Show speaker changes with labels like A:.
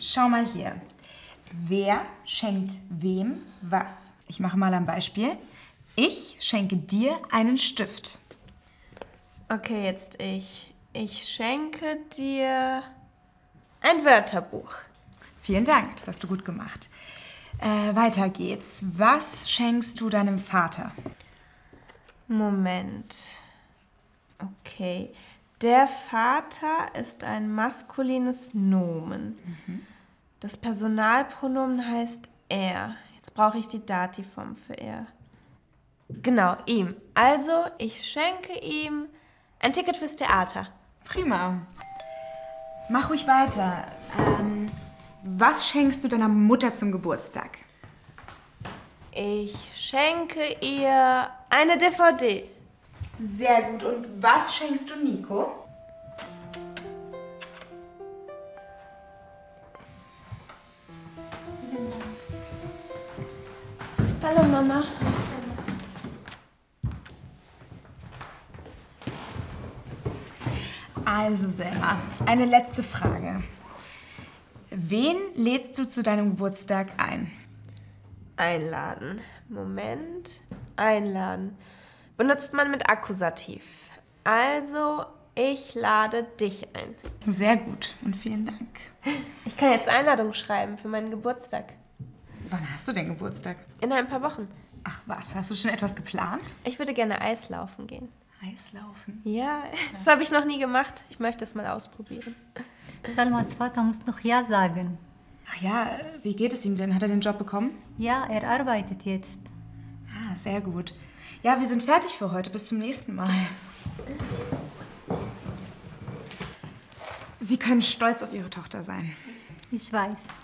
A: Schau mal hier. Wer schenkt wem was? Ich mache mal ein Beispiel. Ich schenke dir einen Stift.
B: Okay, jetzt ich. Ich schenke dir ein Wörterbuch.
A: Vielen Dank, das hast du gut gemacht. Äh, weiter geht's. Was schenkst du deinem Vater?
B: Moment. Okay. Der Vater ist ein maskulines Nomen. Das Personalpronomen heißt er. Jetzt brauche ich die Dativform für er. Genau, ihm. Also, ich schenke ihm ein Ticket fürs Theater.
A: Prima. Mach ruhig weiter. Ähm, was schenkst du deiner Mutter zum Geburtstag?
B: Ich schenke ihr eine DVD.
A: Sehr gut. Und was schenkst du Nico?
B: Hallo Mama.
A: Also Selma, eine letzte Frage. Wen lädst du zu deinem Geburtstag ein?
B: Einladen. Moment. Einladen. Benutzt man mit Akkusativ. Also, ich lade dich ein.
A: Sehr gut und vielen Dank.
B: Ich kann jetzt Einladung schreiben für meinen Geburtstag.
A: Wann hast du denn Geburtstag?
B: In ein paar Wochen.
A: Ach was, hast du schon etwas geplant?
B: Ich würde gerne Eislaufen gehen.
A: Eislaufen.
B: Ja, das habe ich noch nie gemacht. Ich möchte es mal ausprobieren.
C: Salmas Vater muss noch Ja sagen.
A: Ach ja, wie geht es ihm denn? Hat er den Job bekommen?
C: Ja, er arbeitet jetzt.
A: Ah, sehr gut. Ja, wir sind fertig für heute. Bis zum nächsten Mal. Sie können stolz auf Ihre Tochter sein.
C: Ich weiß.